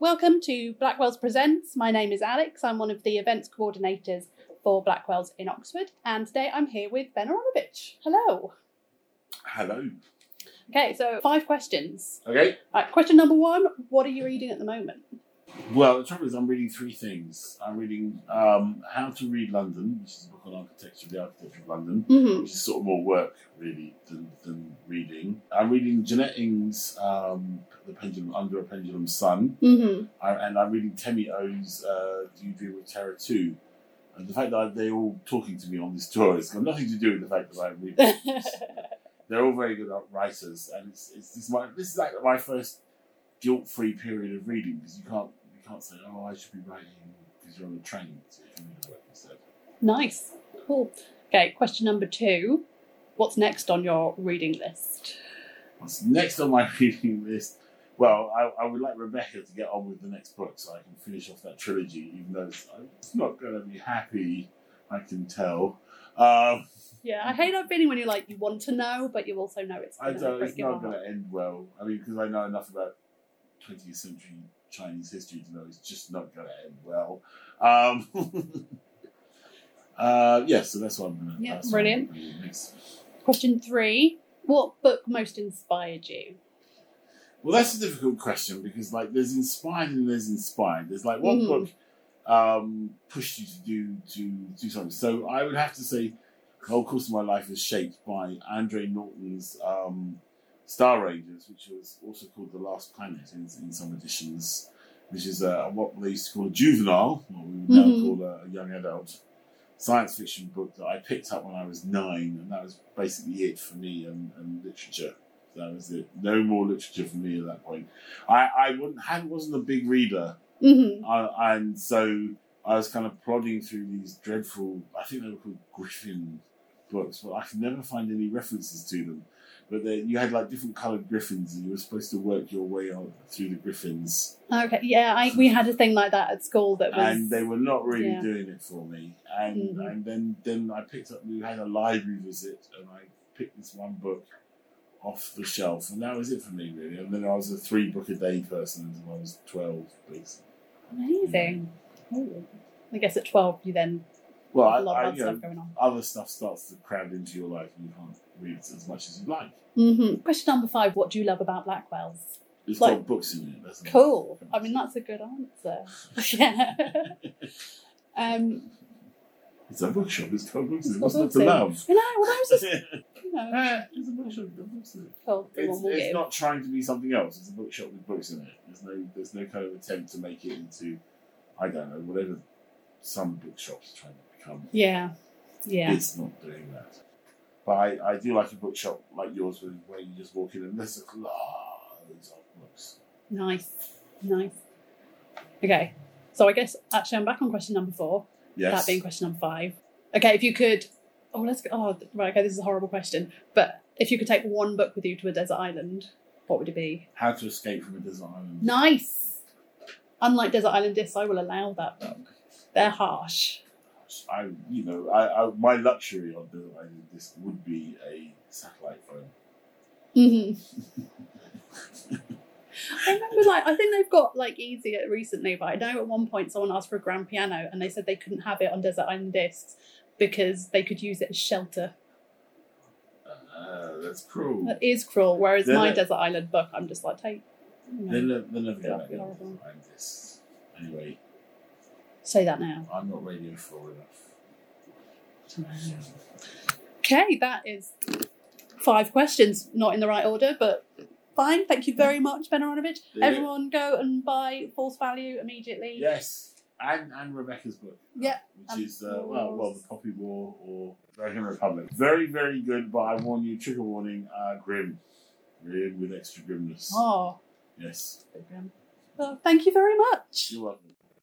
Welcome to Blackwell's Presents. My name is Alex. I'm one of the events coordinators for Blackwell's in Oxford, and today I'm here with Ben Aronovich. Hello. Hello. Okay, so five questions. Okay. Right, question number one What are you reading at the moment? Well, the trouble is, I'm reading three things. I'm reading um, How to Read London, which is a book on architecture, the architecture of London, Mm-hmm. which is sort of more work really than, than reading. I'm reading Jeanette Ing's um, The Pendulum Under a Pendulum Sun, Mm-hmm. I, and I'm reading Temi O's uh, Do You Dream of Terror too. And the fact that I, they're all talking to me on this tour has got nothing to do with the fact that I read Mm-hmm. books. they're all very good art writers, and it's, it's this is my this is like my first guilt-free period of reading because you can't you can't say oh I should be writing because you're on a train so you can read a book instead. nice. Cool. Okay, question number two What's next on your reading list? What's next on my reading list? Well, I, I would like Rebecca to get on with the next book so I can finish off that trilogy, even though it's, it's not going to be happy. I can tell. Um, Yeah, I hate that feeling when you're like, you want to know, but you also know it's I going to don't. break It's your not heart. going to end well. I mean, because I know enough about 20th century Chinese history to know it's just not going to end well. Um, uh, yeah, so that's what I'm going to. Yeah, brilliant. Next. Question three What book most inspired you? Well, that's a difficult question because, like, there's inspired and there's inspired. There's like one Mhm. book um, pushed you to do to do something. So I would have to say, the whole course of my life is shaped by Andre Norton's um, Star Rangers, which was also called The Last Planet in, in some editions, which is uh, what they used to call a juvenile, what we would now Mhm. call a, a young adult science fiction book that I picked up when I was nine, and that was basically it for me and, and literature. That was it. No more literature for me at that point. I, I wouldn't, I wasn't a big reader Mm-hmm. I, and so I was kind of plodding through these dreadful, I think they were called Griffin books, but I could never find any references to them. But they, you had like different coloured griffins, and you were supposed to work your way on through the griffins, Okay, yeah, I, we had a thing like that at school that was. and they were not really yeah. doing it for me. And Mhm. and then then I picked up. We had a library visit, and I picked this one book off the shelf, and that was it for me really. And then I was a three book a day person until I was twelve, basically. Amazing. Ooh. I guess at 12, you then Well, have a I, lot I, of other you know, stuff going on. other stuff starts to crowd into your life and you can't read as much as you'd like. hmm Question number five What do you love about Blackwell's? It's Like- got books in it. That's a- Cool. I mean, that's a good answer. yeah. um, It's a bookshop. It's got books in It's got it. What's not books to in it. love? you know, when I was just, it's you know, a bookshop. It's got books in it. cool. It's, we'll it's give. not trying to be something else. It's a bookshop with books in it. There's no there's no kind of attempt to make it into I don't know whatever some bookshops are trying to become. Yeah. Yeah. It's not doing that. But I, I do like a bookshop like yours where, where you just walk in and there's a loads of books. Nice. Nice. Okay. So I guess actually I'm back on question number four. Yes. That being question number five. Okay, if you could, oh, let's go. Oh, right. Okay, this is a horrible question, but if you could take one book with you to a desert island, what would it be? How to escape from a desert island. Nice. Unlike desert island discs, I will allow that book. They're harsh. I, you know, I, I my luxury on the I, this would be a satellite phone. Mhm. I remember, like, I think they've got like easier recently, but I know at one point someone asked for a grand piano, and they said they couldn't have it on desert island discs because they could use it as shelter. Uh, that's cruel. That is cruel. Whereas They're my like- desert island book, I'm just like, take. you know. They'll, ne- they'll never Yeah, get back yeah. to this. Anyway, Say that now. I'm not radio fraud enough. Okay, that is five questions, not in the right order, but fine. Thank you very much, Ben Aronovich. Yeah. Everyone go and buy False Value immediately. Yes, and and Rebecca's book. Yeah, Which and is uh, Poppy well, well, War's. the Poppy War or American Republic. Very, very good. But I warn you, trigger warning: uh, grim, grim with extra grimness. Oh, Yes, well, thank you very much. you're welcome.